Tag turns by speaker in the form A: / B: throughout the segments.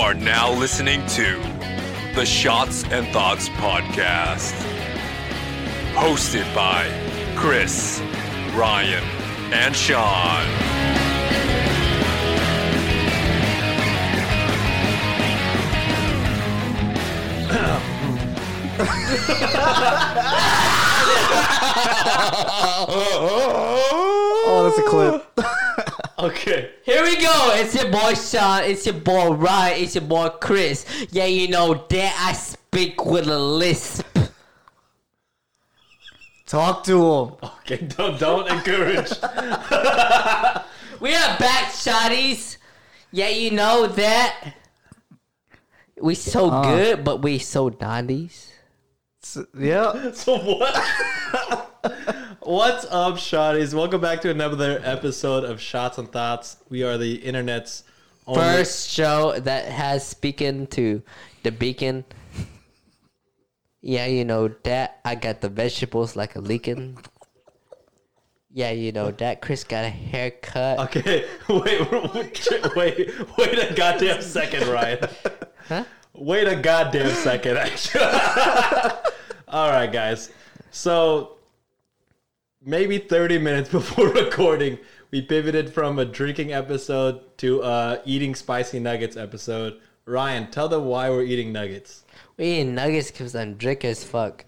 A: are now listening to the Shots and Thoughts Podcast, hosted by Chris, Ryan, and Sean.
B: Oh, that's a clip.
C: Okay.
D: Here we go. It's your boy Sean. It's your boy Ryan. It's your boy Chris. Yeah, you know that I speak with a lisp.
B: Talk to him.
C: Okay. Don't don't encourage.
D: We are back, shotties. Yeah, you know that. We so good, but we so nineties.
B: S- Yeah.
C: so what? What's up, shotties? Welcome back to another episode of Shots and Thoughts. We are the internet's only-
D: First show that has speaking to the beacon. Yeah, you know that. I got the vegetables like a leaking. Yeah, you know that. Chris got a haircut.
C: Okay. Wait. Wait. Wait. Wait a goddamn second, Ryan.
D: Huh?
C: Wait a goddamn second. Actually. All right, guys. So maybe 30 minutes before recording, we pivoted from a drinking episode to uh, eating spicy nuggets episode. Ryan, tell them why we're eating nuggets.
D: We eating nuggets because I'm drunk as fuck.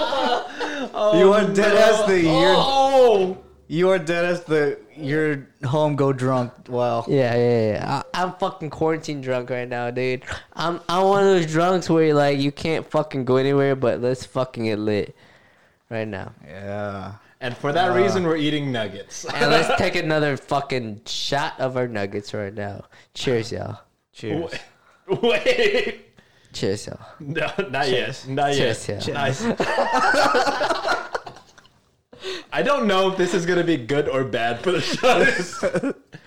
B: you are dead as the you're
C: Oh,
B: you are dead as the your home go drunk. Wow.
D: Yeah, yeah, yeah. I, I'm fucking quarantine drunk right now, dude. I'm I'm one of those drunks where like you can't fucking go anywhere, but let's fucking get lit right now,
B: Yeah.
C: and for that reason, we're eating nuggets.
D: and let's take another fucking shot of our nuggets right now. Cheers, y'all.
B: Cheers.
C: Wait.
D: Cheers, y'all.
C: No, not yet. Not
D: Cheers,
C: yet.
D: yeah.
C: Nice. I don't know if this is going to be good or bad for the shot.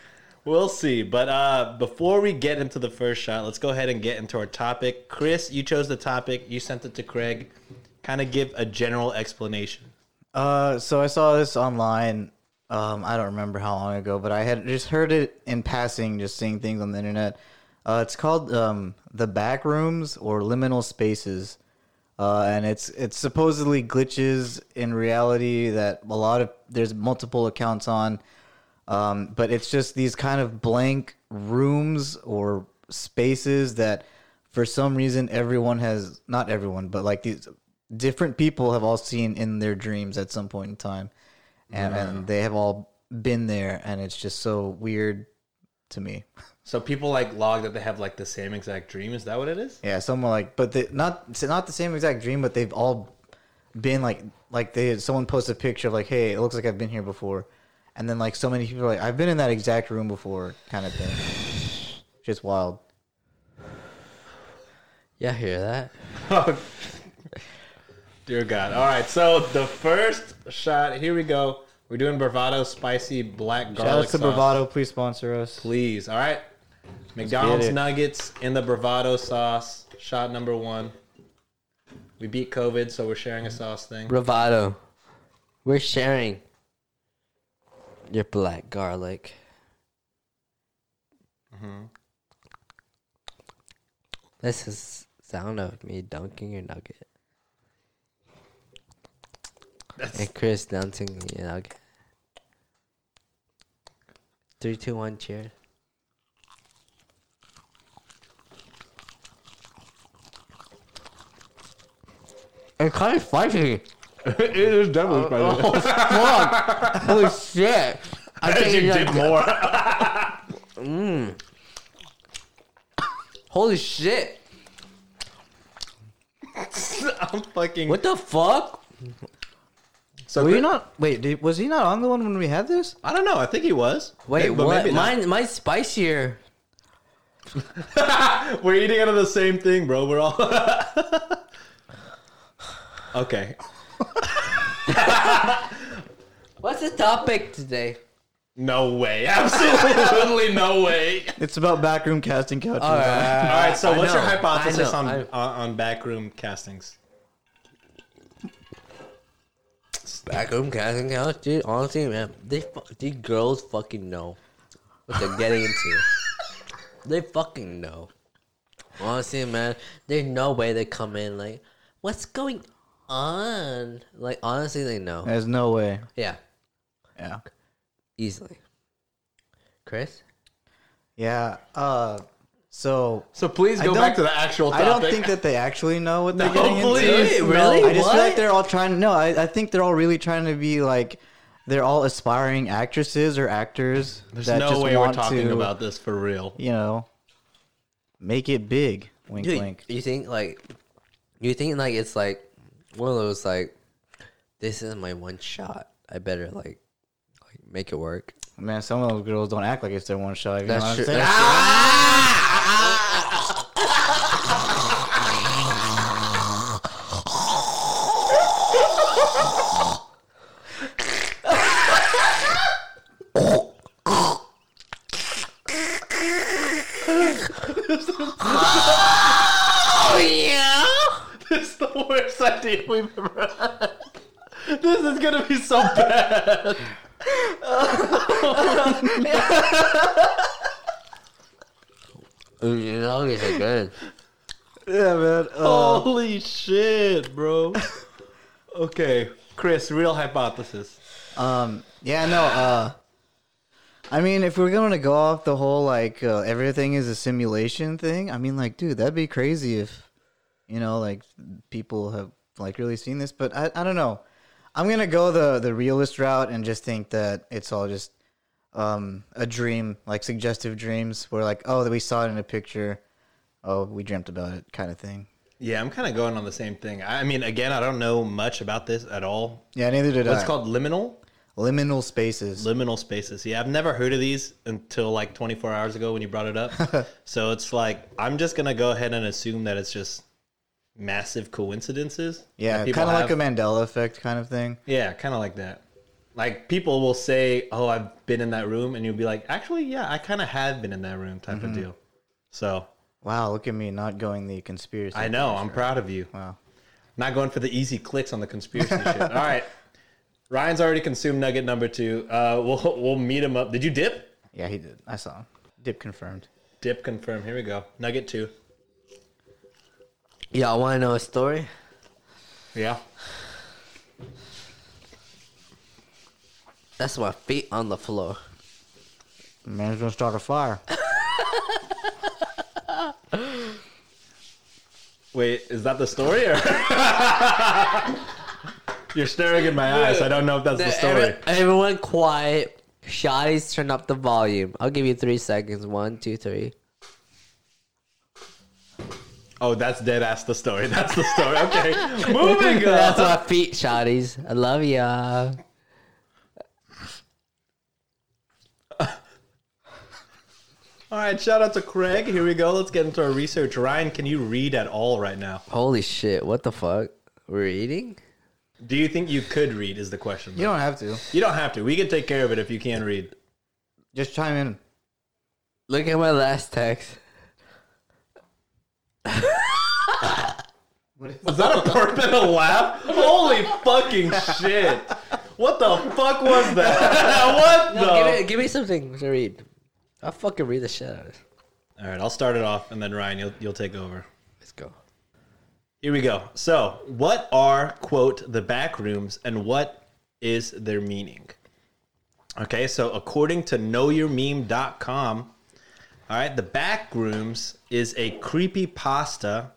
C: we'll see. But uh, before we get into the first shot, let's go ahead and get into our topic. Chris, you chose the topic. You sent it to Craig. Kind of give a general explanation.
B: Uh, so I saw this online. Um, I don't remember how long ago, but I had just heard it in passing, just seeing things on the internet. Uh, it's called um, the back rooms or liminal spaces, uh, and it's it's supposedly glitches in reality that a lot of there's multiple accounts on, um, but it's just these kind of blank rooms or spaces that for some reason everyone has not everyone but like these different people have all seen in their dreams at some point in time and, and they have all been there and it's just so weird to me
C: So people like log that they have like the same exact dream. Is that what it is?
B: yeah someone like but they, not it's not the same exact dream but they've all been like like they someone posted a picture of like hey it looks like i've been here before and then like so many people are like i've been in that exact room before kind of thing just wild
D: Y'all hear that?
C: Dear God. All right. So the first shot. Here we go. We're doing bravado spicy black garlic
B: Shout out to
C: sauce.
B: Bravado, please sponsor us.
C: please. All right. McDonald's
B: it.
C: nuggets in the bravado sauce. Shot number one. We beat COVID, so we're sharing a sauce thing.
D: Bravado. We're sharing your black garlic. This is sound of me dunking your nugget. and Chris dunking your nugget. Three, two, one, cheers. It's kind of spicy.
C: it is devil's
D: Oh, fuck. Holy shit. I think
C: you
D: you
C: did more.
D: Holy shit.
C: I'm fucking.
D: What the fuck?
C: So
B: Were you
C: Chris-
B: not? Wait, did, was he not on the one when we had this?
C: I don't know. I think he was.
D: Wait,
C: But
D: what?
C: maybe not.
D: Mine, mine's spicier.
C: We're eating out of the same thing, bro. We're all okay.
D: What's the topic today?
C: No way. Absolutely no way.
B: It's about backroom casting couches.
D: All
C: Uh, All
D: right.
C: right. So, what's your
D: know,
C: hypothesis
D: I
C: on,
D: know,
C: on on backroom castings?
D: Backroom casting couch, dude. Honestly, man, they fu- these girls fucking know what they're getting into. they fucking know. Honestly, man, there's no way they come in like, what's going on? Like, honestly, they know.
B: There's no way.
D: Yeah,
B: Yeah.
D: easily. Chris,
B: Yeah. Uh, so
C: So please
B: I
C: go
B: don't-
C: back to the actual
B: I
C: topic.
B: don't think that they actually know what they're
C: No,
B: getting
C: please,
B: into.
C: no. Really?
B: I just feel
C: What?
B: like they're all trying. No, I, I think they're all really trying to be like. They're all aspiring actresses or actors
C: there's
B: that
C: no
B: just
C: way we're
B: want
C: talking
B: to,
C: about this for real.
B: you know, make it big. Wink,
D: Dude,
B: wink.
D: you think like, you think like it's like one of those like, this is my one shot. I better like, like make it work.
B: Man, some of those girls don't act like it's their one shot. You know
D: That's
B: what
D: true.
B: I'm saying?
D: That's
C: This is the worst idea we've ever had. This is gonna be so bad.
B: Ah!
D: true. These zombies are good.
B: Yeah, man. Uh,
C: Holy shit, bro. Okay, Chris, real hypothesis.
B: Um, yeah, no. Uh, I mean, if we're going to go off the whole like uh, everything is a simulation thing, I mean, like, dude, that'd be crazy if you know, like, people have like really seen this. But I, I don't know. I'm gonna go the the realist route and just think that it's all just um a dream, like suggestive dreams, where like, oh, we saw it in a picture, oh, we dreamt about it, kind of thing.
C: Yeah, I'm kind of going on the same thing. I I mean, again, I don't know much about this at all.
B: Yeah, neither did
C: What's
B: I.
C: called liminal?
B: liminal spaces.
C: Liminal spaces. Yeah, I've never heard of these until like 24 hours ago when you brought it up. so it's like I'm just gonna go ahead and assume that it's just massive coincidences.
B: yeah,
C: that
B: kind
C: people
B: of like a
C: have.
B: Mandela effect kind of thing.
C: Yeah, kind of like that. Like people will say, "Oh, I've been in that room," and you'll be like, "Actually, yeah, I kind of have been in that room," type of
B: Mm-hmm.
C: deal. So
B: Wow, look at me not going the conspiracy.
C: I know I'm proud of you.
B: Wow.
C: Not going for the easy clicks on the conspiracy shit. All right, Ryan's already consumed nugget number two. Uh, we'll we'll meet him up. Did you dip?
B: Yeah, he did. I saw him. Dip confirmed.
C: Dip confirmed. Here we go. Nugget two.
D: Y'all want to know a story?
C: Yeah.
D: That's my feet on the floor.
B: Man's gonna start a fire.
C: Wait, is that the story? Or? You're staring in my eyes. I don't know if that's the story.
D: Every- everyone quiet. Shotties, turn up the volume. I'll give you three seconds. One, two, three.
C: Oh, that's dead ass the story. That's the story. Okay. Moving on.
D: That's my feet, shotties. I love ya.
C: All right, shout out to Craig. Here we go. Let's get into our research. Ryan, can you read at all right now?
D: Holy shit, what the fuck? We're eating?
C: Do you think you could read? Is the question.
B: You don't have to.
C: You don't have to. We can take care of it if you can read.
B: Just chime in.
D: Look at my last text.
C: Was that a burp and a laugh? Holy fucking shit! What the fuck was that? what
D: No,
C: the?
D: Give, me, give me something to read. I'll fucking read the shit out of it.
C: All right, I'll start it off, and then Ryan, you'll you'll take over.
D: Let's go.
C: Here we go. So, what are quote the back rooms, and what is their meaning? Okay, so according to knowyourmeme.com, all right, the back rooms is a creepy pasta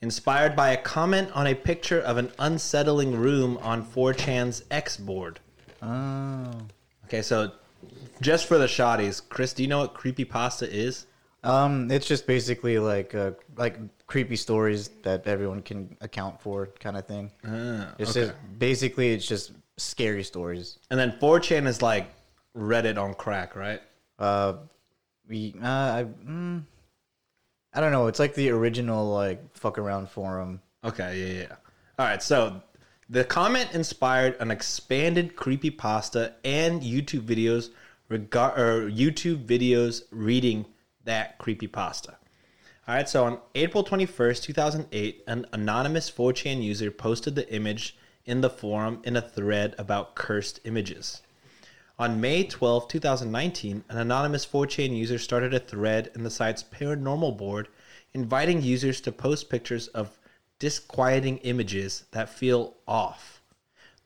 C: inspired by a comment on a picture of an unsettling room on 4chan's X board.
B: Oh.
C: Okay, so just for the shotties, Chris, do you know what creepy pasta is?
B: Um, it's just basically like uh, like creepy stories that everyone can account for, kind of thing.
C: Ah,
B: it's just basically it's just scary stories.
C: And then 4chan is like Reddit on crack, right?
B: Uh, we uh, I, mm, I don't know. It's like the original like fuck around forum.
C: Okay, yeah, yeah, yeah. All right, so the comment inspired an expanded creepypasta and YouTube videos regard or YouTube videos reading that creepypasta. All right, so on April 21st, 2008, an anonymous 4chan user posted the image in the forum in a thread about cursed images. On May 12, 2019, an anonymous 4chan user started a thread in the site's paranormal board inviting users to post pictures of disquieting images that feel off.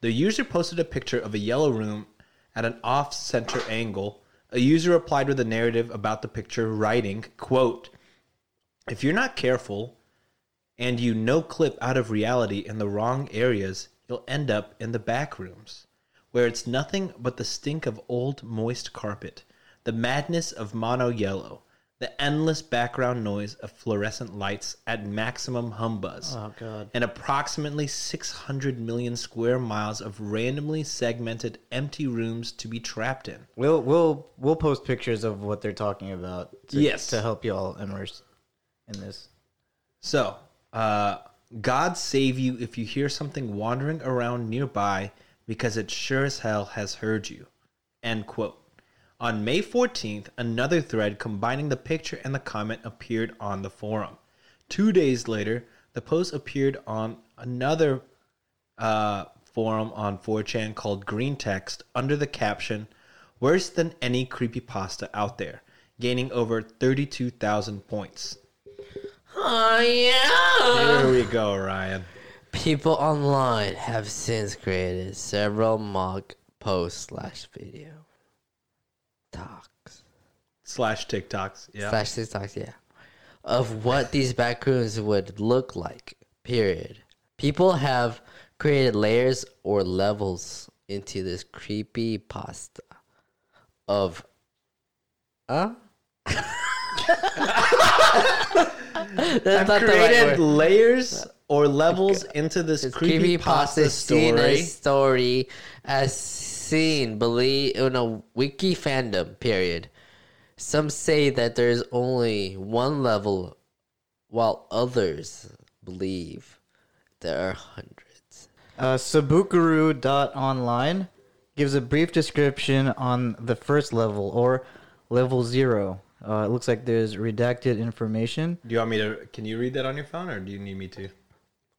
C: The user posted a picture of a yellow room at an off-center angle. A user replied with a narrative about the picture writing, quote, "If you're not careful and you no clip out of reality in the wrong areas, you'll end up in the back rooms." where it's nothing but the stink of old moist carpet, the madness of mono yellow, the endless background noise of fluorescent lights at maximum humbuzz,
B: Oh, God.
C: and approximately 600 million square miles of randomly segmented empty rooms to be trapped in.
B: We'll we'll we'll post pictures of what they're talking about. To,
C: Yes.
B: to help y'all immerse in this.
C: So, uh, God save you if you hear something wandering around nearby because it sure as hell has heard you. End quote. On May 14th, another thread combining the picture and the comment appeared on the forum. Two days later, the post appeared on another uh, forum on 4chan called Green Text under the caption, Worse than any creepypasta out there, gaining over 32,000 points.
D: Oh yeah.
C: There we go, Ryan.
D: People online have since created several mock posts slash video talks
C: Slash TikToks. Yeah.
D: slash TikToks, yeah, of what these backrooms would look like. Period. People have created layers or levels into this creepy pasta of, huh? That's
C: I've
D: not the right word.
C: created layers or levels into this
D: It's
C: creepy pasta
D: seen
C: story.
D: as story as seen believe in a wiki fandom period. Some say that there is only one level, while others believe there are hundreds.
B: Uh, Sabukuru.online gives a brief description on the first level or level zero. Uh, it looks like there's redacted information.
C: Do you want me to? Can you read that on your phone, or do you need me to?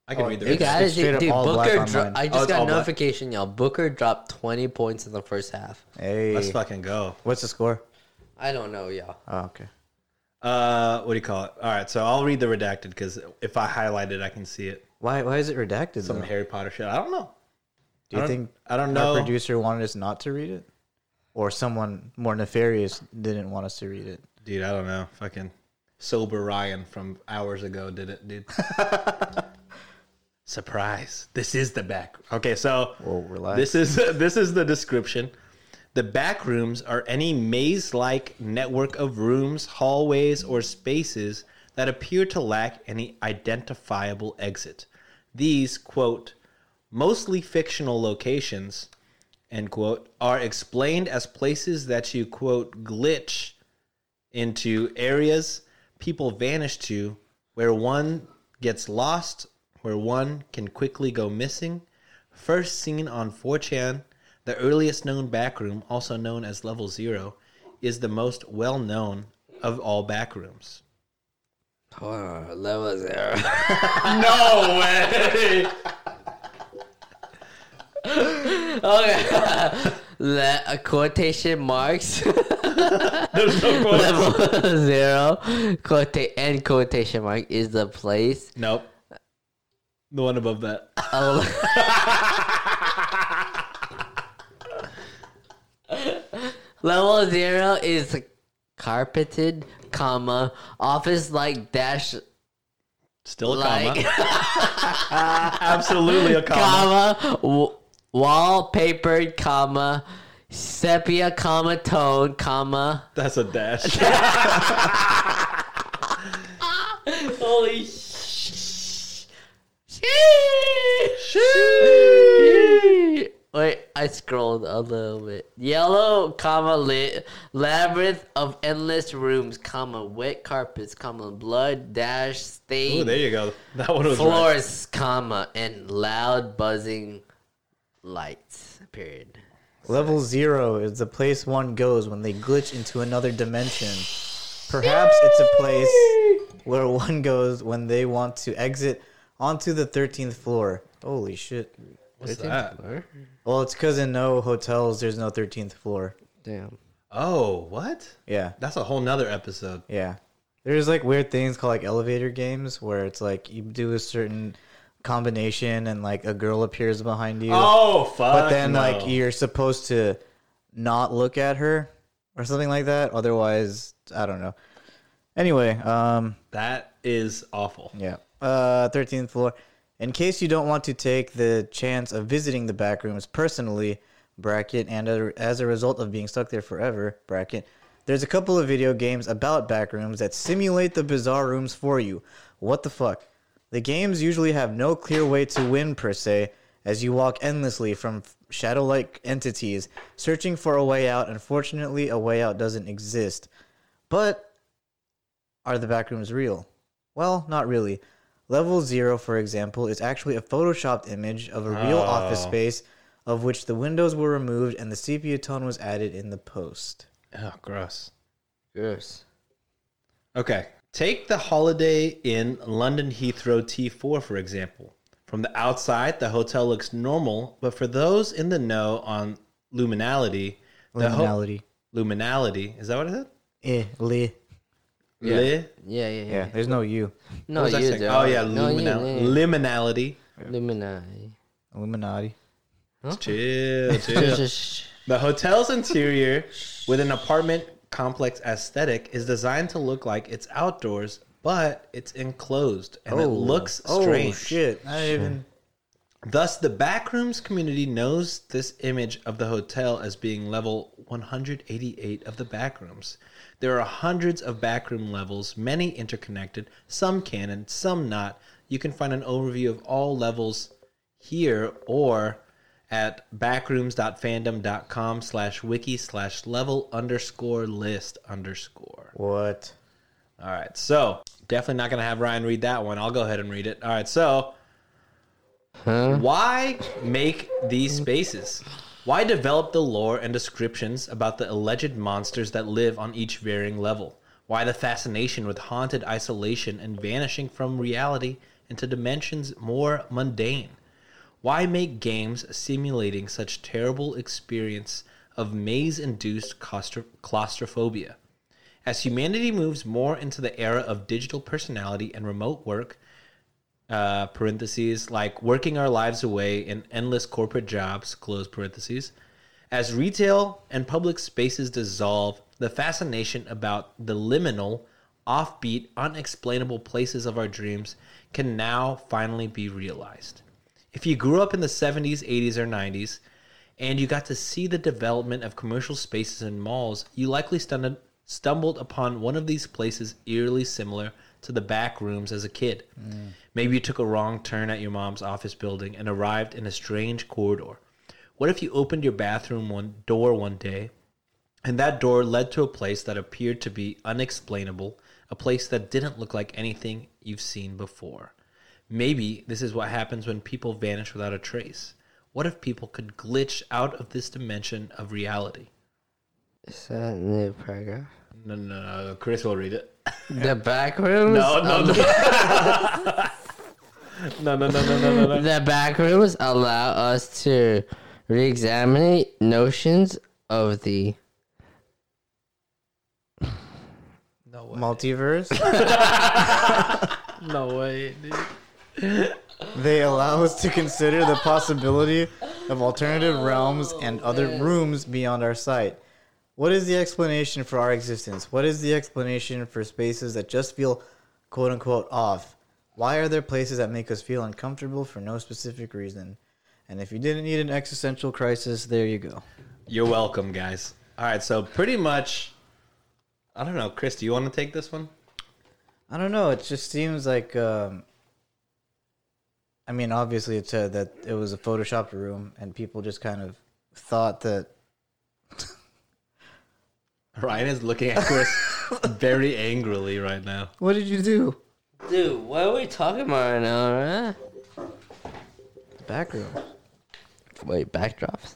C: I can read the
D: Oh, You
C: rest.
D: got it,
B: straight
D: dude.
B: up all black
D: Booker.
B: on
D: Dro-
B: mine.
D: I
C: Oh,
D: just
C: it's all
D: got
C: black.
D: notification, y'all. Booker dropped twenty points in the first half.
B: Hey,
C: Let's fucking go.
B: what's the score?
D: I don't know, y'all.
B: Oh, okay.
C: Uh, what do you call it? All right, so I'll read the redacted because if I highlight it, I can see it.
B: Why why is it redacted?
C: Some
B: Though?
C: Harry Potter shit. I don't know.
B: Do you
C: I don't-
B: think
C: I don't
B: our
C: know.
B: producer wanted us not to read it, or someone more nefarious didn't want us to read it?
C: Dude, I don't know. Fucking sober Ryan from hours ago did it, dude. Surprise. This is the back. Okay, so
B: Whoa, relax.
C: this is this is the description. The back rooms are any maze-like network of rooms, hallways, or spaces that appear to lack any identifiable exit. These, quote, mostly fictional locations, end quote, are explained as places that you, quote, glitch into areas people vanish to where one gets lost, where one can quickly go missing. First seen on 4chan, the earliest known backroom, also known as Level Zero, is the most well known of all backrooms.
D: Oh, level zero.
C: No way!
D: okay. Le- uh, quotation marks.
C: There's no quote.
D: level zero quota- and quotation mark is the place
C: Nope. The one above that.
D: of level zero is carpeted comma office like dash
C: Still a
D: like
C: comma. Absolutely a comma.
D: comma w- wallpapered comma sepia comma tone comma
C: That's a dash.
D: holy sh- Wait, I scrolled a little bit. Yellow, comma lit labyrinth of endless rooms, comma wet carpets, comma blood dash
C: Ooh, there
D: stained
C: you go. That one was right.
D: floors, comma and loud buzzing lights. Period.
B: Level zero is the place one goes when they glitch into another dimension. Perhaps it's a place where one goes when they want to exit onto the 13th floor. Holy shit.
C: What's that?
D: floor?
B: Well, it's because in no hotels there's no thirteenth floor.
D: Damn.
C: Oh, what?
B: Yeah,
C: That's a whole nother episode.
B: yeah. There's like weird things called like elevator games where it's like you do a certain combination and like a girl appears behind you,
C: Oh, fuck.
B: but then
C: no.
B: like you're supposed to not look at her or something like that. Otherwise, I don't know. Anyway, um,
C: That is awful.
B: Yeah. Uh, 13th floor. In case you don't want to take the chance of visiting the back rooms personally, bracket, and a- as a result of being stuck there forever, bracket, there's a couple of video games about back rooms that simulate the bizarre rooms for you. What the fuck? The games usually have no clear way to win per se, as you walk endlessly from f- shadow-like entities, searching for a way out. Unfortunately, a way out doesn't exist. But are the backrooms real? Well, not really. Level zero, for example, is actually a photoshopped image of a
C: Oh.
B: real office space of which the windows were removed and the sepia tone was added in the post.
C: Oh, gross.
D: Yes.
C: Okay. Take the Holiday Inn London Heathrow T4, for example. From the outside, the hotel looks normal, but for those in the know on luminality, the ho-
B: Luminality.
C: luminality, is that what it said?
B: Eh, li.
D: Yeah.
C: Le-
D: Yeah, yeah, yeah.
B: Yeah, there's no you.
D: No,
C: what was I
D: you
C: saying?
D: don't.
C: oh, yeah,
D: no, you
C: luminal-
D: don't.
C: liminality.
D: Illuminati.
B: Illuminati.
C: Chill, chill. The hotel's interior, with an apartment complex aesthetic, is designed to look like it's outdoors, but it's enclosed and it looks strange.
B: Oh, shit. I didn't even.
C: Thus, the backrooms community knows this image of the hotel as being level 188 of the backrooms. There are hundreds of backroom levels, many interconnected, some canon, some not. You can find an overview of all levels here or at backrooms.fandom.com slash wiki slash level underscore list underscore.
B: What?
C: All right, so definitely not going to have Ryan read that one. I'll go ahead and read it. All right, so why make these spaces? Why develop the lore and descriptions about the alleged monsters that live on each varying level? Why the fascination with haunted isolation and vanishing from reality into dimensions more mundane? Why make games simulating such terrible experience of maze-induced claustro- claustrophobia? As humanity moves more into the era of digital personality and remote work, uh, parentheses, like working our lives away in endless corporate jobs, close parentheses. As retail and public spaces dissolve, the fascination about the liminal, offbeat, unexplainable places of our dreams can now finally be realized. If you grew up in the 70s, 80s, or 90s, and you got to see the development of commercial spaces and malls, you likely stumbled, stumbled upon one of these places eerily similar to the back rooms as a kid. Maybe you took a wrong turn at your mom's office building and arrived in a strange corridor. What if you opened your bathroom one door one day and that door led to a place that appeared to be unexplainable, a place that didn't look like anything you've seen before. Maybe this is what happens when people vanish without a trace. What if people could glitch out of this dimension of reality?
D: Is that a new paragraph?
C: No, no, no. Chris will read it.
D: The back rooms?
C: No, Oh, no, no. no, no, no, no, no, no.
D: The back rooms allow us to re examine notions of the.
C: No way.
B: Multiverse?
C: No way, dude.
B: they allow us to consider the possibility of alternative realms and other rooms beyond our sight. What is the explanation for our existence? What is the explanation for spaces that just feel quote unquote off? Why are there places that make us feel uncomfortable for no specific reason? And if you didn't need an existential crisis, there you go.
C: You're welcome, guys. All right, so pretty much, I don't know, Chris. Do you want to take this one?
B: I don't know. It just seems like. Um, I mean, obviously, it said that it was a photoshopped room, and people just kind of thought that
C: Ryan is looking at Chris very angrily right now.
B: What did you do?
D: Dude, what are we talking about right now, right?
B: Back room.
D: Wait, backdrops?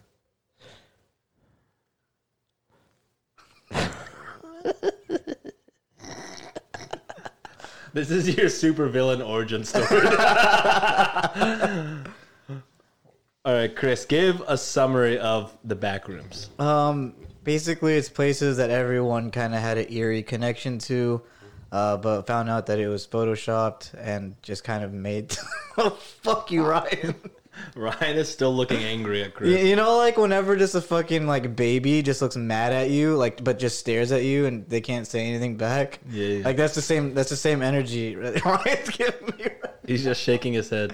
C: This is your supervillain origin story. All right, Chris, give a summary of the back rooms.
B: Um, basically, it's places that everyone kind of had an eerie connection to, uh, but found out that it was photoshopped and just kind of made. oh, fuck you, Ryan.
C: Ryan is still looking angry at
B: You-
C: Chris.
B: You know, like whenever just a fucking like baby just looks mad at you, like but just stares at you and they can't say anything back.
C: Yeah, yeah.
B: Like that's the same. That's the same energy Ryan's giving me.
C: He's just shaking his head.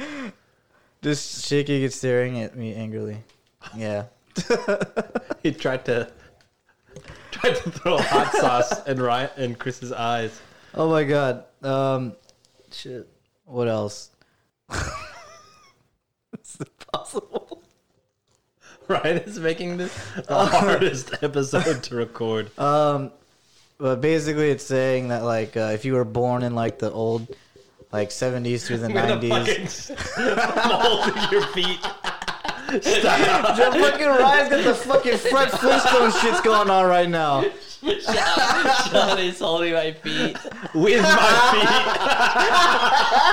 B: Just shaking and staring at me angrily. Yeah.
C: He tried to tried to throw hot sauce in Ryan in Chris's eyes.
B: Oh my god. Um, shit. What else? it's impossible.
C: Ryan is making this the hardest episode to record.
B: Um, but basically, it's saying that like uh, if you were born in like the old, like seventies through the nineties,
C: molding your feet. Stop.
B: the fucking Ryan's got the fucking Fred Flintstone shits going on right now.
D: Sean is holding my feet.
C: With my feet.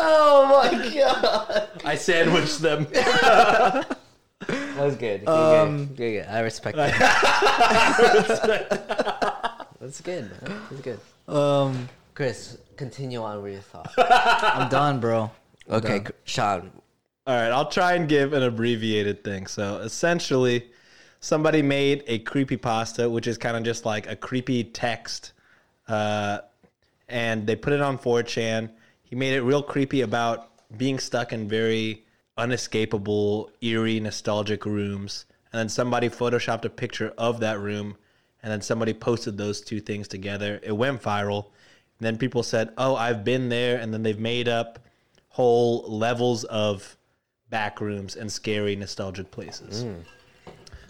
B: Oh my god.
C: I sandwiched them.
D: That was good. Good,
B: Um,
D: good. good, good. I respect that. That's good. Man. That's good.
B: Um,
D: Chris, continue on with your thought.
B: I'm done, bro.
D: Okay, Cr- Sean.
C: All right, I'll try and give an abbreviated thing. So essentially, somebody made a creepy pasta, which is kind of just like a creepy text, uh, and they put it on 4chan. He made it real creepy about being stuck in very unescapable, eerie, nostalgic rooms, and then somebody photoshopped a picture of that room, and then somebody posted those two things together. It went viral. And then people said, "Oh, I've been there," and then they've made up whole levels of back rooms and scary nostalgic places.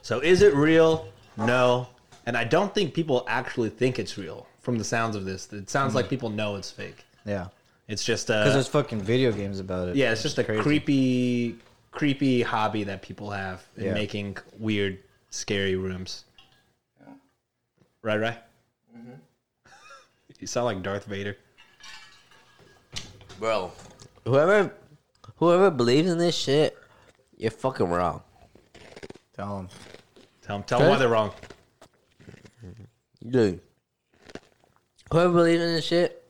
C: So is it real? No. And I don't think people actually think it's real from the sounds of this. It sounds like people know it's fake.
B: Yeah.
C: It's just a
B: Because there's fucking video games about it.
C: yeah, it's just a creepy creepy hobby that people have in
B: Yeah.
C: making weird scary rooms. Right, right. you sound like Darth Vader.
D: Bro. Whoever whoever believes in this shit, you're fucking wrong.
B: Tell 'em.
C: Tell them, tell them why
D: Okay.
C: they're wrong.
D: Dude. Whoever believes in this shit.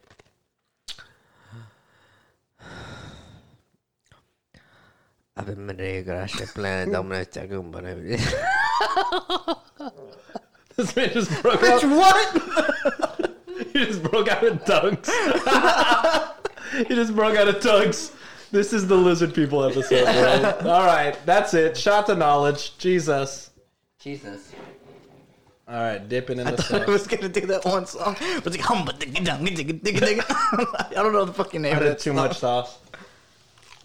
D: I've been medio gracia plan, I'm gonna check him, but I-
C: This man just broke out.
B: what?
C: He just broke out of tongues. he just broke out of tongues. This is the lizard people episode, bro. All right, that's it. Shot to knowledge. Jesus.
D: Jesus.
C: All right, dipping in the
B: I
C: sauce.
B: was gonna do that one song. It was like, hum, ba, digga, dung, digga, digga, digga. I don't know the fucking name
C: I
B: of
C: did
B: it.
C: too much sauce.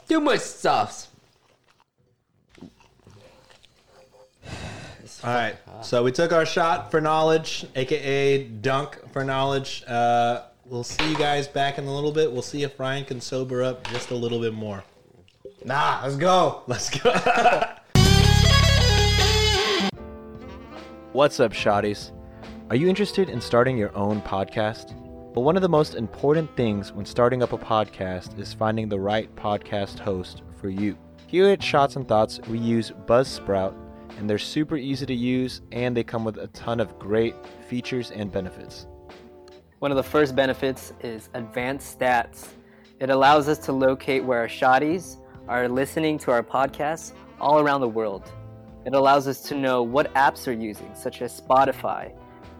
D: Too much sauce.
C: All right, so we took our shot for knowledge, aka dunk for knowledge. Uh, we'll see you guys back in a little bit. We'll see if Ryan can sober up just a little bit more.
B: Nah, let's go.
C: Let's go. What's up, Shotties? Are you interested in starting your own podcast? Well, one of the most important things when starting up a podcast is finding the right podcast host for you. Here at Shots and Thoughts, we use Buzzsprout, and they're super easy to use, and they come with a ton of great features and benefits.
E: One of the first benefits is advanced stats. It allows us to locate where our shotties are listening to our podcasts all around the world. It allows us to know what apps are using, such as Spotify,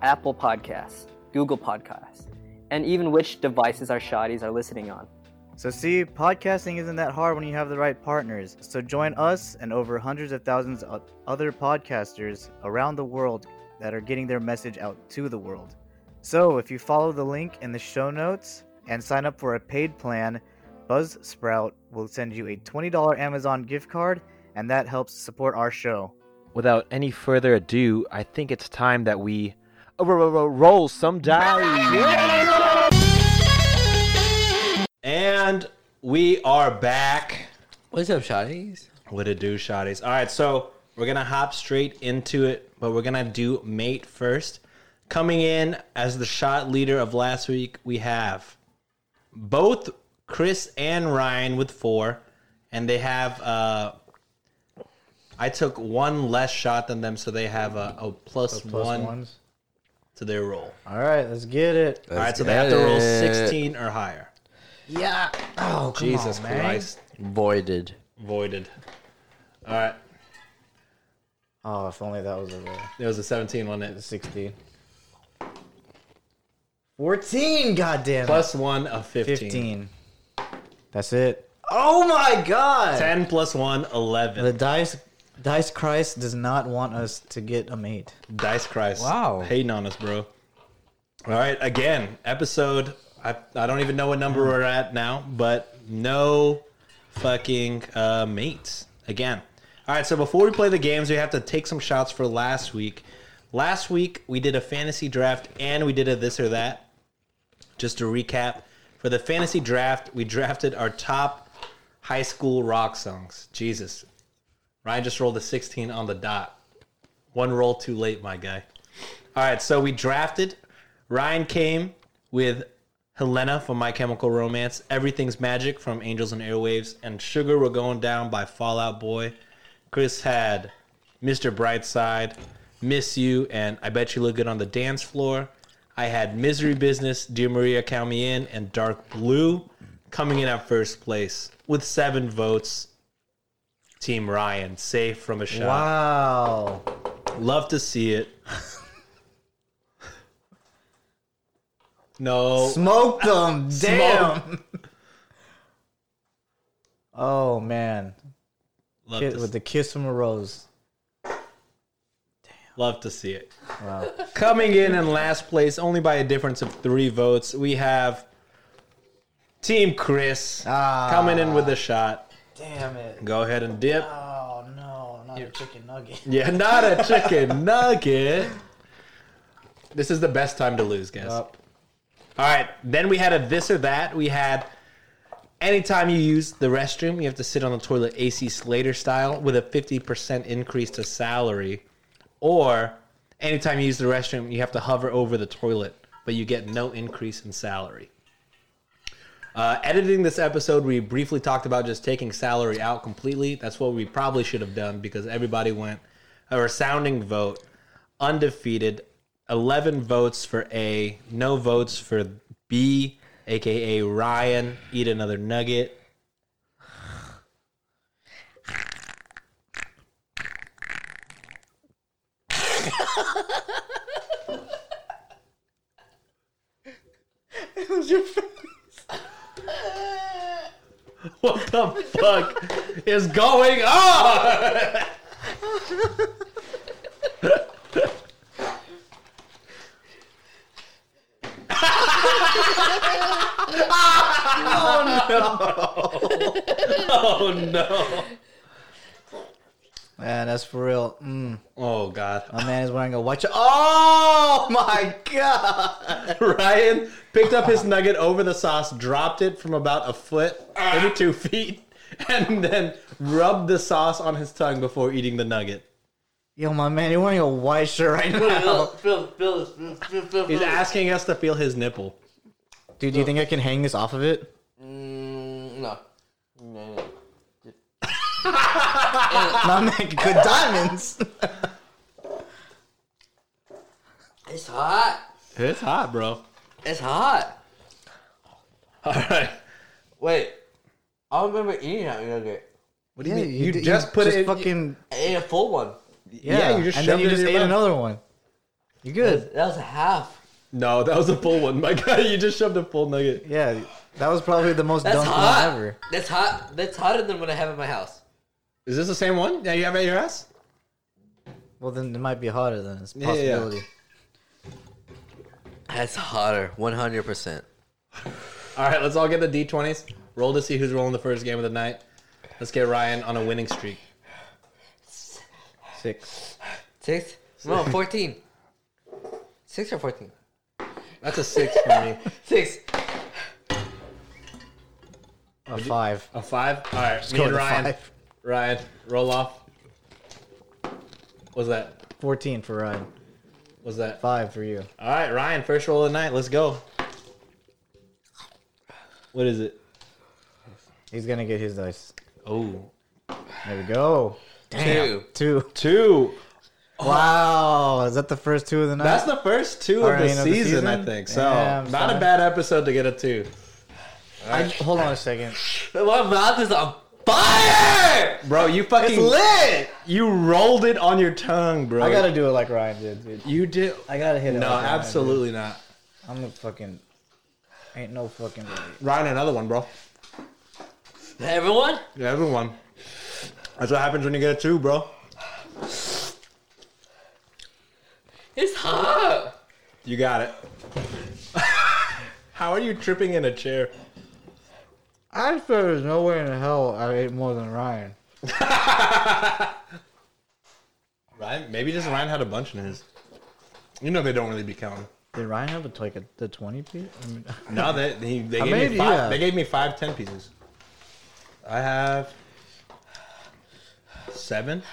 E: Apple Podcasts, Google Podcasts, and even which devices our shotties are listening on.
B: So, see, podcasting isn't that hard when you have the right partners. So, join us and over hundreds of thousands of other podcasters around the world that are getting their message out to the world. So, if you follow the link in the show notes and sign up for a paid plan, Buzzsprout will send you a $20 Amazon gift card, and that helps support our show.
F: Without any further ado, I think it's time that we ro- ro- ro- roll some dice.
C: And we are back.
D: What's up, shotties?
C: What it do, shotties? All right, so we're gonna hop straight into it, but we're gonna do mate first. Coming in as the shot leader of last week, we have both Chris and Ryan with four, and they have. Uh, I took one less shot than them, so they have a, a plus,
B: Plus
C: one
B: ones.
C: to their roll.
B: All right, let's get it.
C: All right, so they have to roll sixteen or higher.
B: Yeah. Oh, come
C: Jesus
B: on, man.
C: Christ,
D: Voided.
C: voided. All right,
B: Oh, if only that was a roll.
C: it was a seventeen, wasn't it?
B: 16. 14, goddamn.
C: Plus one of 15.
B: 15. That's it. Oh my god!
C: 10 plus 1, 11.
B: The dice dice Christ does not want us to get a mate.
C: Dice Christ.
D: Wow.
C: Hating on us, bro. All right, again, episode. I, I don't even know what number we're at now, but no fucking uh, mates. Again. All right, so before we play the games, we have to take some shots for last week. Last week, we did a fantasy draft and we did a this or that. Just to recap, for the fantasy draft, we drafted our top high school rock songs. Jesus. Ryan just rolled a 16 on the dot. One roll too late, my guy. All right, so we drafted. Ryan came with Helena from My Chemical Romance, Everything's Magic from Angels and Airwaves, and Sugar We're Going Down by Fallout Boy. Chris had Mr. Brightside, Miss You, and I Bet You Look Good on the Dance Floor. I had Misery Business, Dear Maria, Count Me In, and Dark Blue coming in at first place with seven votes. Team Ryan, safe from a shot.
B: Wow.
C: Love to see it. no.
B: Oh. Smoke them.
C: Smoke.
B: Damn. oh man.
C: Love
B: Hit
C: to,
B: with the kiss from a rose.
C: love to see it. Coming in in last place, only by a difference of three votes, we have Team Chris
B: Ah.
C: coming in with a shot.
B: Damn it.
C: Go ahead and dip.
B: Oh no, not a chicken nugget.
C: Yeah, not a chicken nugget. This is the best time to lose, guys.
B: Yup.
C: All right. Then we had a this or that. We had anytime you use the restroom, you have to sit on the toilet AC Slater style with a 50% increase to salary. Or anytime you use the restroom, you have to hover over the toilet, but you get no increase in salary. Uh, editing this episode, we briefly talked about just taking salary out completely. That's what we probably should have done because everybody went a resounding vote, undefeated, 11 votes for A, no votes for B, aka Ryan, eat another nugget. What the fuck is going on?
B: Man, that's for real. Mm.
C: Oh god.
B: My man is wearing a watch. Oh my god.
C: Ryan picked up his nugget over the sauce, dropped it from about a foot, maybe two feet, and then rubbed the sauce on his tongue before eating the nugget.
B: Yo, my man, you're wearing a white shirt right now.
C: He's
B: Oh.
C: asking us to feel his nipple.
B: Dude, do you think I can hang this off of it?
D: Mm, no. No, no.
B: Not make good diamonds.
D: It's hot.
C: It's hot, bro.
D: It's hot.
C: All right.
D: Wait. I don't remember eating that yogurt.
C: What do you
B: Yeah,
C: mean? You,
B: d-
C: just put it. in-
B: Fucking
D: I ate a full one.
B: yeah.
C: you just
B: and then
C: shoved
B: you
C: it in
B: just
C: your
B: ate
C: mouth.
B: another one. You good?
D: That was half.
C: No, that was a full one, my guy. You just shoved a full nugget.
B: Yeah, that was probably the most
D: That's
B: dumb
D: hot.
B: one ever.
D: That's hot. That's hotter than what I have in my house.
C: Is this the same one that you have at your ass?
B: Well, then it might be hotter than it's
C: Yeah, yeah, yeah.
B: possibility.
D: That's hotter. One hundred percent.
C: All right, let's all get the d20s. Roll to see who's rolling the first game of the night. Let's get Ryan on a winning streak.
B: Six.
D: Six? No, fourteen. Six or fourteen?
C: That's a six for me.
D: Six.
B: A five.
C: A five. All right, me
B: go
C: and
B: with a
C: Ryan.
B: five.
C: Ryan, roll off. What's that?
B: 14 for Ryan.
C: What's that?
B: Five for you.
C: All right, Ryan, first roll of the night. Let's go. What is it?
B: He's gonna get his dice.
C: Oh.
B: There we go. Damn. Two.
C: Two.
B: Wow. Is that the first two of the night?
C: That's the first two
B: Or
C: of the,
B: any of
C: season,
B: the
C: I
B: season?
C: think. So
B: Yeah, I'm
C: not a
B: sorry.
C: bad episode to get a two.
B: I, hold on a second.
D: My mouth is on fire.
C: Bro, you fucking
B: lit.
C: you rolled it on your tongue, bro.
B: I gotta do it like Ryan did, dude.
C: you did
B: I gotta hit it.
C: No,
B: like Ryan did.
C: absolutely not.
B: I'm a fucking. Ain't no fucking. way.
C: Ryan, another one, bro.
D: Everyone,
C: Yeah, everyone. That's what happens when you get a two, bro.
D: it's hot.
C: You got it. How are you tripping in a chair?
B: I feel there's no way in hell I ate more than Ryan.
C: Ryan, maybe just Ryan had a bunch in his. You know they don't really be counting.
B: Did Ryan have a like a, the twenty piece? I mean,
C: No, they they, they
B: I
C: gave
B: made-
C: me five.
B: yeah.
C: They gave me five ten pieces. I have seven.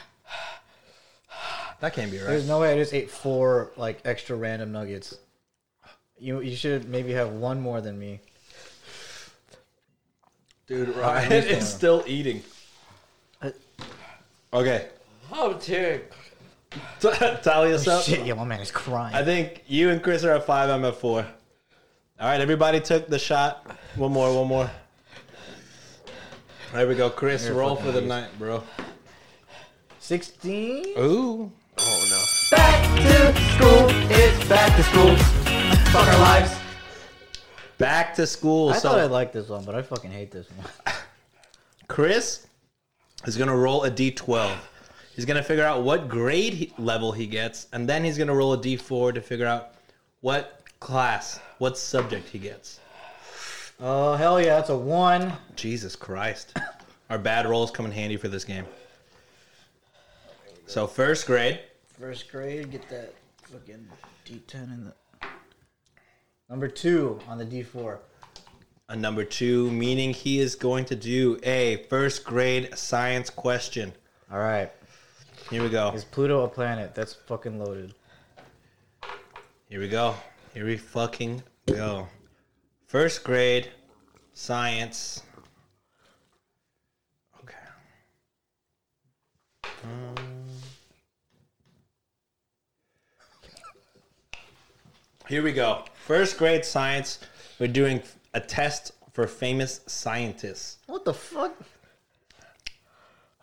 C: That can't be right.
B: there's no way I just ate four like extra random nuggets. You you should maybe have one more than me.
C: Dude, Ryan is still eating.
B: Uh,
C: Okay,
D: I'm tearing.
C: T- tally us up.
B: Oh, Shit, yeah, my man is crying.
C: I think you and Chris are at five. I'm at four. All right, everybody took the shot. One more, one more. There we go, Chris. roll for the night, bro.
B: Sixteen.
C: Ooh. Oh no. Back to school.
B: I
C: It's back to school. Fuck our lives. Back to school. so
B: thought I liked this one, but I fucking hate this one.
C: Chris is going to roll a d12. He's going to figure out what grade he, level he gets, and then he's going to roll a d4 to figure out what class, what subject he gets.
B: Oh hell yeah, that's a one.
C: Jesus Christ. Our bad rolls come in handy for this game. So, first grade,
B: First grade, get that fucking D10 in the number two on the D4.
C: a number two, meaning he is going to do a first grade science question.
B: All right,
C: Here we go.
B: is Pluto a planet? That's fucking loaded.
C: Here we go. Here we fucking go. First grade science. Okay. Um, Here we go. First grade science. We're doing a test for famous scientists.
B: What the fuck?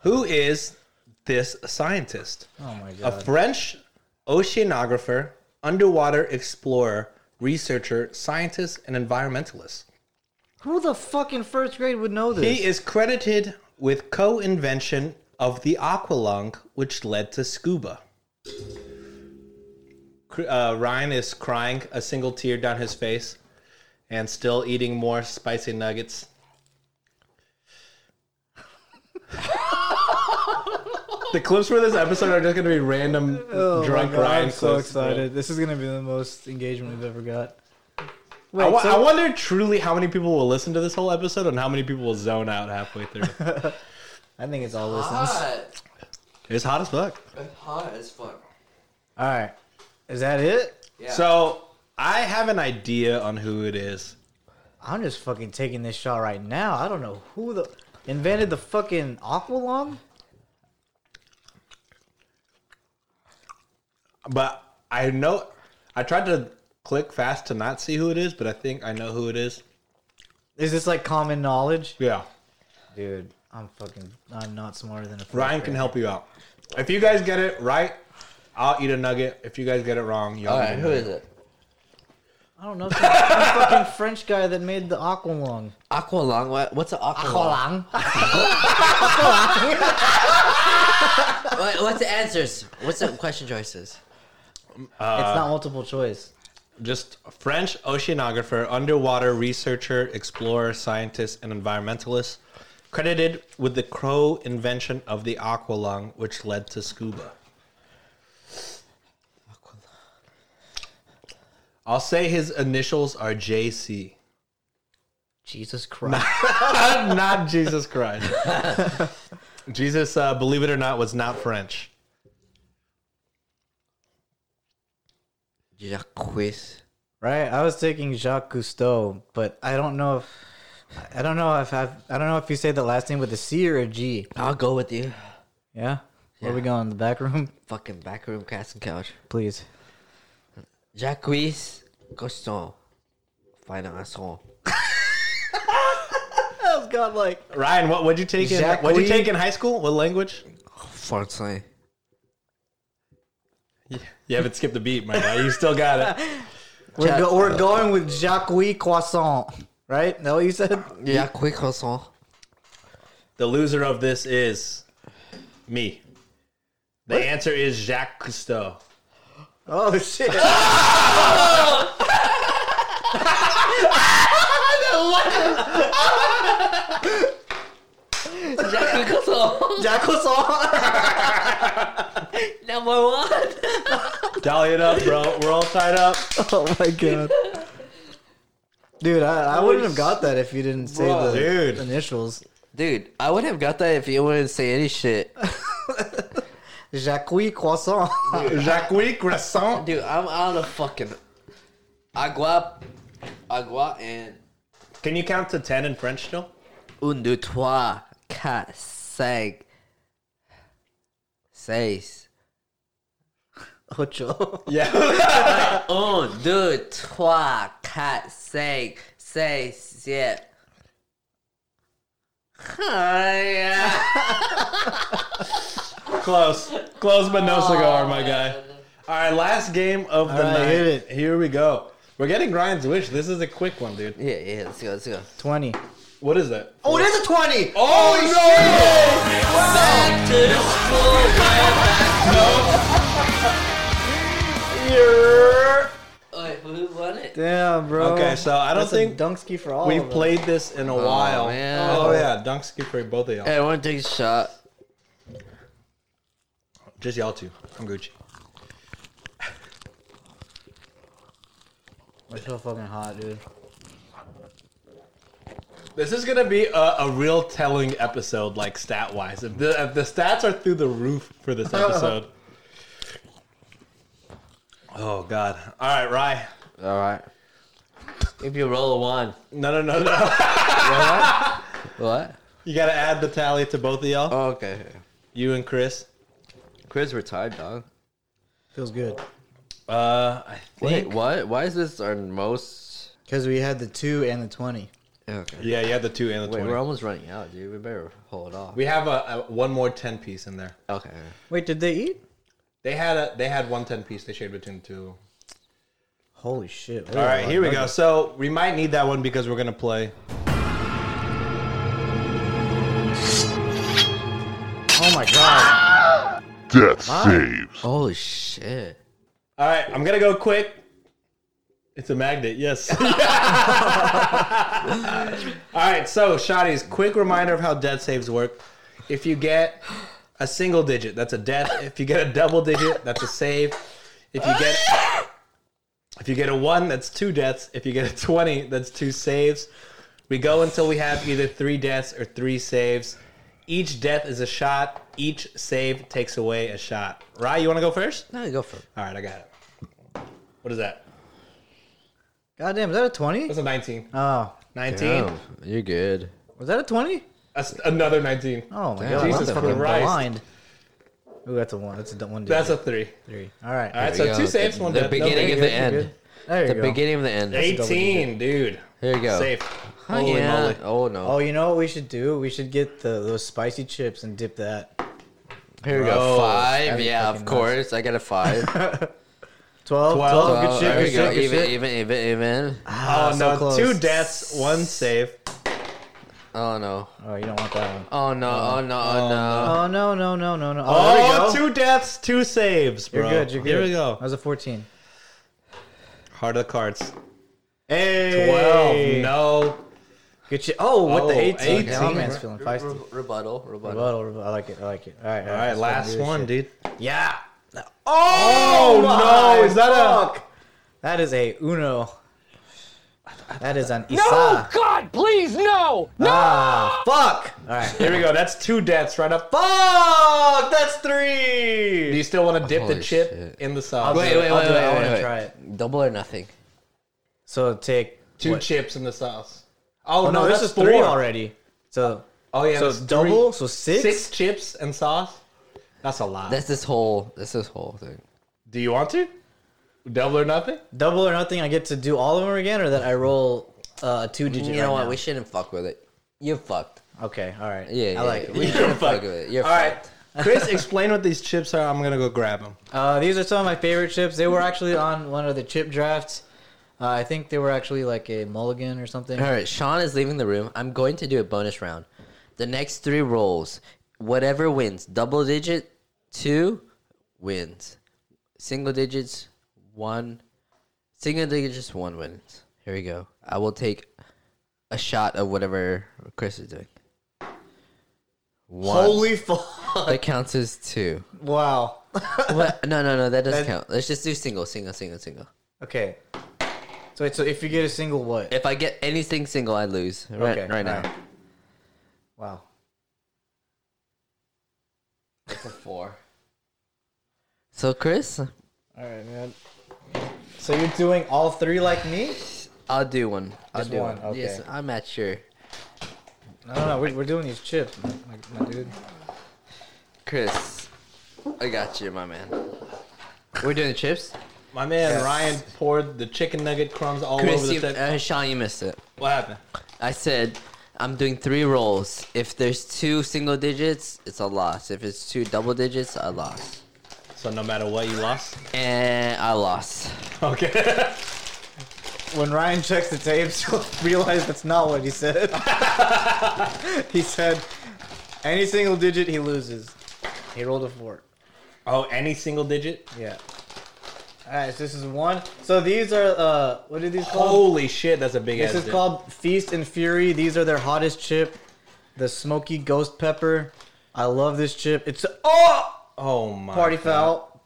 C: Who is this scientist?
B: Oh my
C: a
B: god.
C: French oceanographer, underwater explorer, researcher, scientist, and environmentalist.
B: Who the fucking first grade would know this?
C: He is credited with co invention of the aqualung, which led to scuba. Cr- Uh, Ryan is crying a single tear down his face and still eating more spicy nuggets. the clips for this episode are just going to be random drunk Ryan
B: Oh I'm so
C: clips, bro.
B: excited. This is gonna be the most engagement we've ever got.
C: I
B: Wait,
C: wa-
B: so-
C: I wonder truly how many people will listen to this whole episode and how many people will zone out halfway through.
B: I think it's all listens.
D: Hot.
C: it's hot as fuck.
D: It's hot as fuck.
B: All right, is that it?
D: Yeah.
C: So I have an idea on who it is.
B: I'm just fucking taking this shot right now. I don't know who the invented the fucking aqualung.
C: But I know I tried to click fast to not see who it is, but I think I know who it is.
B: Is this like common knowledge?
C: Yeah.
B: Dude, I'm fucking. I'm not smarter than a. fourth
C: Ryan can
B: grader.
C: help you out. If you guys get it right, I'll eat a nugget. If you guys get it wrong, y'all
D: All
C: all
D: right, who is it?
B: I don't know. Some, some fucking French guy that made the aqualung.
D: Aqualung. What? What's an aqualung? What, what's the answers? What's the question choices?
C: Uh,
B: it's not multiple choice.
C: Just French oceanographer, underwater researcher, explorer, scientist, and environmentalist, credited with the crow invention of the aqualung, which led to scuba. I'll say his initials are JC.
B: Jesus Christ.
C: Uh, not Jesus Christ. Jesus, uh, believe it or not, was not French.
D: Jacques.
B: Right? I was taking Jacques Cousteau, but I don't know if I don't know if I've, I don't know if you say the last name with a C or a G.
D: I'll go with you.
B: Yeah. Where we going? The back room,
D: Fucking backroom cast and couch.
B: please.
D: Jacques Coston. Financier.
B: That was godlike.
C: Ryan, what would you take? In,
B: Jacques
C: what would you
B: Lee.
C: take in high school? What language?
D: Français.
C: You haven't skipped a beat, my guy. You still got it.
B: We're,
D: Jack-
B: go, we're going with Jacques Croissant, right? That what you said?
D: Jacques Coston.
C: The loser of this is me. The answer is Jacques Cousteau.
B: Oh shit!
D: Jacques Coston.
B: Jacques Croissant.
D: Number one.
C: Dolly it up, bro. We're all tied up.
B: Oh my god. Dude, I, I wouldn't have got that if you didn't say
C: Bro,
B: the
C: dude.
B: initials.
D: Dude, I wouldn't have got that if you wouldn't say any shit.
B: Jacques Croissant.
C: Jacques Croissant.
D: Dude, I'm out of fucking agua, agua and
C: Can you count to ten in French still?
D: un, deux, trois, quatre, cinq, six.
B: Ocho.
C: Yeah.
D: Un, deux, trois, quatre, cinq, six, sept. Hi.
C: Close. Close, but no cigar, my guy. All right, last game of the
B: All right,
C: night.
B: hit it.
C: Here we go. We're getting Ryan's wish. This is a quick one, dude.
D: Yeah, yeah, let's go, let's go.
B: Twenty.
C: What is that?
B: Oh, it is a twenty.
C: Oh, no!
D: Back to the school. Wait, who won it?
B: Damn, bro.
C: Okay, so I don't
B: That's a
C: think
B: Dunksky for all.
C: We've
B: of us.
C: played this in a while.
D: man.
C: Oh yeah, Dunksky for both of y'all.
D: Hey, I want to take a shot.
C: Just y'all two. I'm Gucci.
B: We're so fucking hot, dude.
C: This is gonna be a, a real telling episode, like stat wise. If the, if the stats are through the roof for this episode. oh God! All right, Rye.
D: All right. If you roll a one,
C: No, no, no, no.
D: what?
C: you gotta add the tally to both of y'all.
D: Oh, okay.
C: You and Chris.
D: Chris retired, dog.
B: Feels good.
C: Uh, I
D: Wait,
C: think.
D: what? Why is this our most?
B: Because we had the two and the twenty.
D: Okay.
C: Yeah, you have the two and the
D: Wait,
C: twenty.
D: we're almost running out, dude. We better hold off.
C: we have a, a one more ten piece in there.
D: okay.
B: Wait, did they eat?
C: They had a they had one ten piece they shared between the two. of them.
B: Holy shit.
C: All right, here we go. So we might need that one because we're gonna play.
B: Oh my god.
A: Death saves.
D: Holy shit!
C: All right, I'm gonna go quick. It's a magnet, yes. All right, so shotties, quick reminder of how death saves work. If you get a single digit, that's a death. If you get a double digit, that's a save. If you get if you get a one, that's two deaths. If you get a twenty, that's two saves. We go until we have either three deaths or three saves. Each death is a shot. Each save takes away a shot. Rye, you want to go first?
D: No, go for it.
C: All right, I got it. What is that?
B: God damn, is that a twenty?
C: That's a 19.
B: Oh.
C: 19.
D: Damn, you're good.
B: Was that a twenty?
C: That's another 19.
B: Oh my
D: Damn,
B: god.
D: Jesus
B: I'm fucking
C: Christ.
B: blind. Ooh, that's a one. That's a d- one.
C: That's
B: digit.
C: a 3.
B: three. All right.
C: All right,
D: There
C: so
D: you
C: two
D: go.
C: saves,
D: The-
C: one
D: the
C: death. No,
D: beginning
C: thank
D: of the
C: you.
D: end.
B: There you
D: The
B: go.
D: beginning of the end.
C: 18, dude.
D: Here you go.
C: Safe.
D: Oh,
C: Holy
D: yeah.
C: moly.
D: oh no.
B: Oh, you know what we should do? We should get the those spicy chips and dip that.
D: Here we
C: Bro,
D: go. Five.
B: that'd be
D: Yeah,
B: fucking
D: of course. I got a five.
B: 12, 12,
C: Twelve.
B: good shit,
D: Well, there
B: good
D: we go.
B: shit, good
D: Even,
B: shit.
D: even, even, even.
B: Ah,
C: Oh,
B: so
C: no.
B: close.
C: Two deaths, one save.
D: Oh no.
B: Oh, you don't want that one.
D: Oh no. Oh no. Oh no.
B: Oh, no, no, no, no, no. Oh, there
C: Uh, Oh,
B: we go.
C: two deaths, two saves, bro.
B: You're good, you're good.
C: Here we
B: That
C: go.
B: was a 14.
C: Heart of the cards.
B: Hey!
C: 12. No.
B: Good shit. Oh, what
C: Oh,
B: the 18?
C: 18.
B: Yeah, my man's feeling feisty.
D: Re- rebuttal. Rebuttal.
B: Rebuttal, rebuttal. I like it, I like it. All right,
C: All right, last one, dude.
B: Yeah.
C: Oh, no. Is that a.
B: That is a uno. That is an isa.
E: God, please, no!
B: Ah, fuck! All right.
C: Here we go. That's two deaths right up.
B: Fuck! That's
C: Do
B: three.
C: you still want to dip the
D: Holy
C: chip
D: shit.
C: in the sauce?
D: Wait, wait, wait,
B: I'll do
D: wait,
B: it. I
D: wait,
B: wanna
D: wait.
B: try it.
D: Double or nothing.
B: So take
C: Two
B: what?
C: chips in the sauce. Oh,
B: Oh
C: no,
B: no, this is
C: that's
B: three
C: four.
B: already. So
C: Oh yeah,
B: so
C: that's
B: double,
C: three-
B: so six?
C: six chips and sauce. That's a lot.
D: That's this whole. That's this whole thing.
C: Do you want to? Double or nothing?
B: double or nothing. I get to do all of them again, or that I roll uh, a two digit.
D: You know what? We shouldn't fuck with it. You're fucked.
B: okay, all right.
D: Yeah,
B: I
D: yeah,
B: like
D: yeah.
B: it.
D: We
C: You're
D: shouldn't fuck
C: fucked.
D: with it. You're
C: All right,
D: fucked.
C: Chris, explain what these chips are. I'm gonna go grab them.
B: Uh, these are some of my favorite chips. They were actually on one of the chip drafts. Uh, I think they were actually like a mulligan or something.
D: All right, Sean is leaving the room. I'm going to do a bonus round. The next three rolls, whatever wins, double digit, two wins, single digits, one, single digits, one wins. Here we go. I will take a shot of whatever Chris is doing. One.
B: Holy fuck!
D: that counts as two.
B: Wow.
D: What? No, no, no, that
B: That-
D: doesn't count. Let's just do single, single, single, single.
B: Okay. So wait, so if you get a single, what?
D: If I get anything single, I lose. Right,
B: Okay,
D: right now.
B: alright. Wow.
D: It's a four. So Chris,
B: All right, man. So you're doing all three like me?
D: I'll do one. I'll
B: Just
D: do
B: one,
D: one.
B: okay.
D: Yes, I'm at sure.
B: No, no, no, we're, we're doing these chips, my, my, my dude.
D: Chris, I got you, my man. We're doing the chips.
C: My man Ryan poured the chicken nugget crumbs all over
D: Chris,
C: the
D: you,
C: thing.
D: uh, Sean, you missed it.
C: what happened?
D: I said I'm doing three rolls. If there's two single digits, it's a loss. If it's two double digits, I lost.
C: So no matter what, you lost.
D: And I lost.
C: Okay.
B: When Ryan checks the tapes, he'll realize that's not what he said. he said, any single digit, he loses. He rolled a four.
C: oh, any single digit?
B: Yeah. All right, so this is one. So these are, uh, what are these called?
C: Holy shit, that's a big
B: this
C: ass.
B: is
C: dip.
B: called Feast and Fury. These are their hottest chip, the smoky ghost pepper. I love this chip. It's, oh!
C: Oh my.
B: Party
C: God.
B: foul.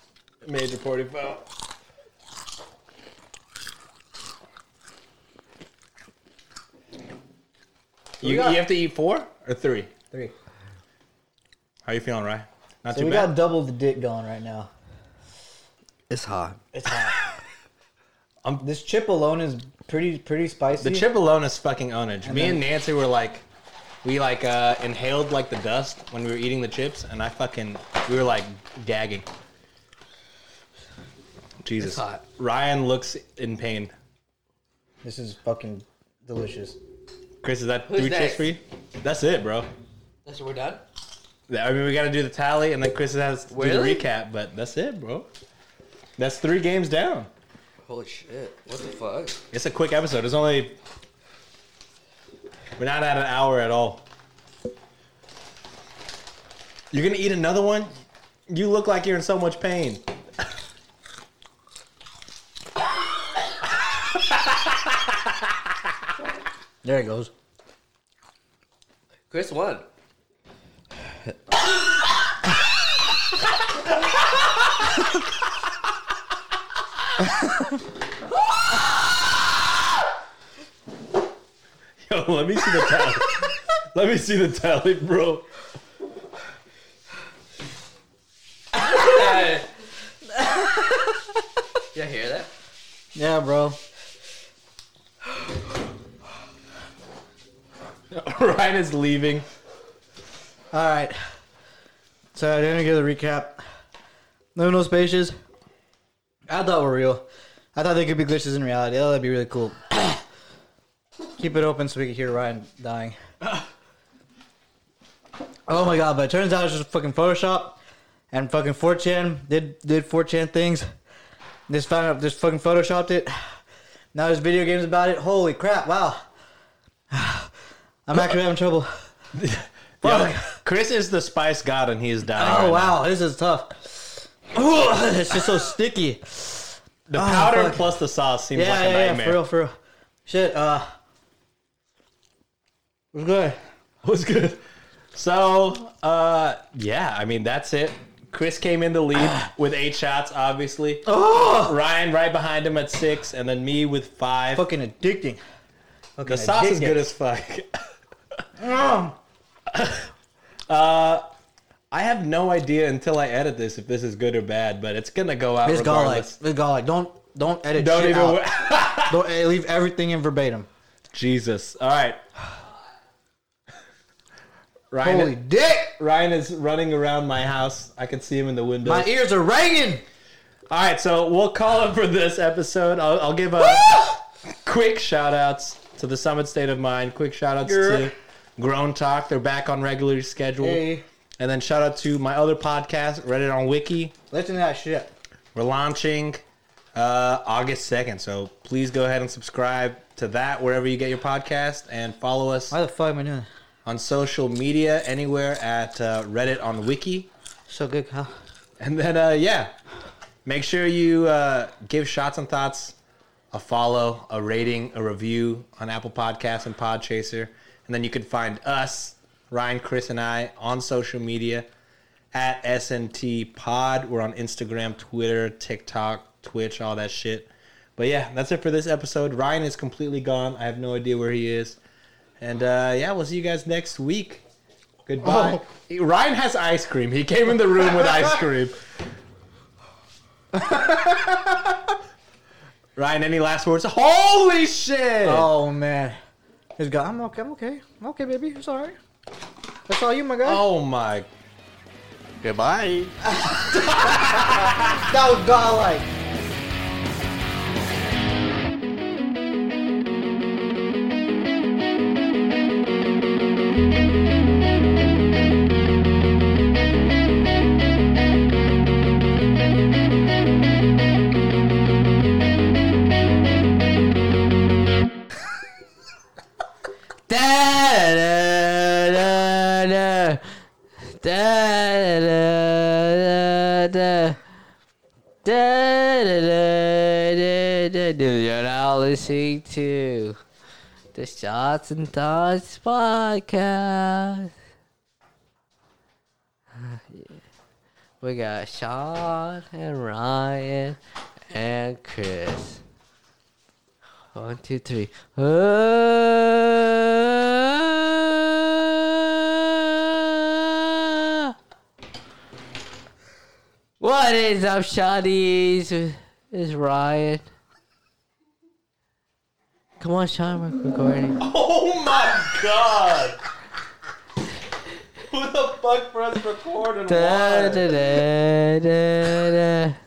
C: Major party foul. You, you
B: got-
C: have to eat four or three.
B: Three.
C: How you feeling, Ryan? Not
B: So
C: too
B: we
C: bad.
B: got double the dick going right now.
D: It's hot.
B: It's hot. this chip alone is pretty pretty spicy.
C: The chip alone is fucking onage. Me
B: then-
C: and Nancy were like, we like uh, inhaled like the dust when we were eating the chips, and I fucking we were like gagging. Jesus,
D: hot.
C: Ryan looks in pain.
B: This is fucking delicious.
C: Chris, is that
D: Who's
C: three chips
D: next?
C: for you? That's it, bro.
D: That's we're done.
C: I mean, we got to do the tally, and then Chris has to
D: Really?
C: do the recap. But that's it, bro. That's three games down.
D: Holy shit! What the fuck?
C: It's a quick episode. It's only we're not at an hour at all. You're gonna eat another one? You look like you're in so much pain.
B: There it goes.
D: Chris won.
C: Yo, let me see the tally. let me see the tally, bro.
D: Did I hear that?
B: Yeah, bro.
C: Ryan is leaving.
B: All right. So I didn't get the recap. No, no spaces. I thought were real. I thought they could be glitches in reality. Oh, that'd be really cool. Keep it open so we can hear Ryan dying. Oh my god! But it turns out it's just fucking Photoshop, and fucking 4chan did did 4chan things. Just found out, just fucking photoshopped it. Now there's video games about it. Holy crap! Wow. I'm actually having trouble.
C: Yo, Chris is the spice god, and he is dying.
B: Oh
C: right now.
B: wow, this is tough. it's just so sticky.
C: The
B: Oh,
C: powder
B: fuck.
C: plus the sauce seems
B: Yeah,
C: like a
B: yeah, yeah,
C: nightmare.
B: for real, for real. Shit, uh, it's good.
C: was good. So, uh, yeah, I mean, that's it. Chris came in the lead with eight shots, obviously.
B: Oh,
C: Ryan right behind him at six, and then me with five.
B: fucking addicting.
C: the sauce is
B: addicting.
C: good as fuck.
B: Mm.
C: Uh, I have no idea until I edit this if this is good or bad, but it's gonna go out
B: It's garlic.
C: regardless.
B: It's garlic. Don't don't edit.
C: Don't
B: shit
C: even.
B: Out. don't eh, leave everything in verbatim.
C: Jesus. All right. Ryan,
B: Holy dick!
C: Ryan is running around my house. I can see him in the window.
B: My ears are ringing.
C: All right, so we'll call it for this episode. I'll, I'll give a quick shout outs to the Summit State of Mind. Quick shout outs
B: Yeah.
C: to Grown Talk. They're back on regular schedule.
B: Hey,
C: And then shout out to my other podcast, Reddit on Wiki.
B: listen to that shit.
C: We're launching uh, August 2nd. So please go ahead and subscribe to that wherever you get your podcast and follow us
B: Why the fuck am I doing? that?
C: on social media anywhere at uh, Reddit on Wiki.
B: So good, Kyle.
C: And then, uh, yeah, make sure you uh, give Shots and Thoughts a follow, a rating, a review on Apple Podcasts and Podchaser. And then you can find us, Ryan, Chris, and I, on social media at SNT Pod. We're on Instagram, Twitter, TikTok, Twitch, all that shit. But yeah, that's it for this episode. Ryan is completely gone. I have no idea where he is. And uh, yeah, we'll see you guys next week. Goodbye. Ryan has ice cream. He came in the room with ice cream. Ryan, any last words? Holy shit!
B: Oh man, it's got. I'm okay. I'm okay. I'm okay, baby. It's alright. That's all you, my guy.
C: Oh my.
D: Goodbye.
B: That was godlike.
D: Da da da da da da da da da da da da da. You're now listening to the Shots and Thoughts podcast. We got Sean and Ryan and Chris. One, two, three. Ah. What is up, Shotties? It's Ryan. Come on, Sean, we're recording.
C: Oh my god! Who the fuck pressed record and
D: Da, da, da, da, da.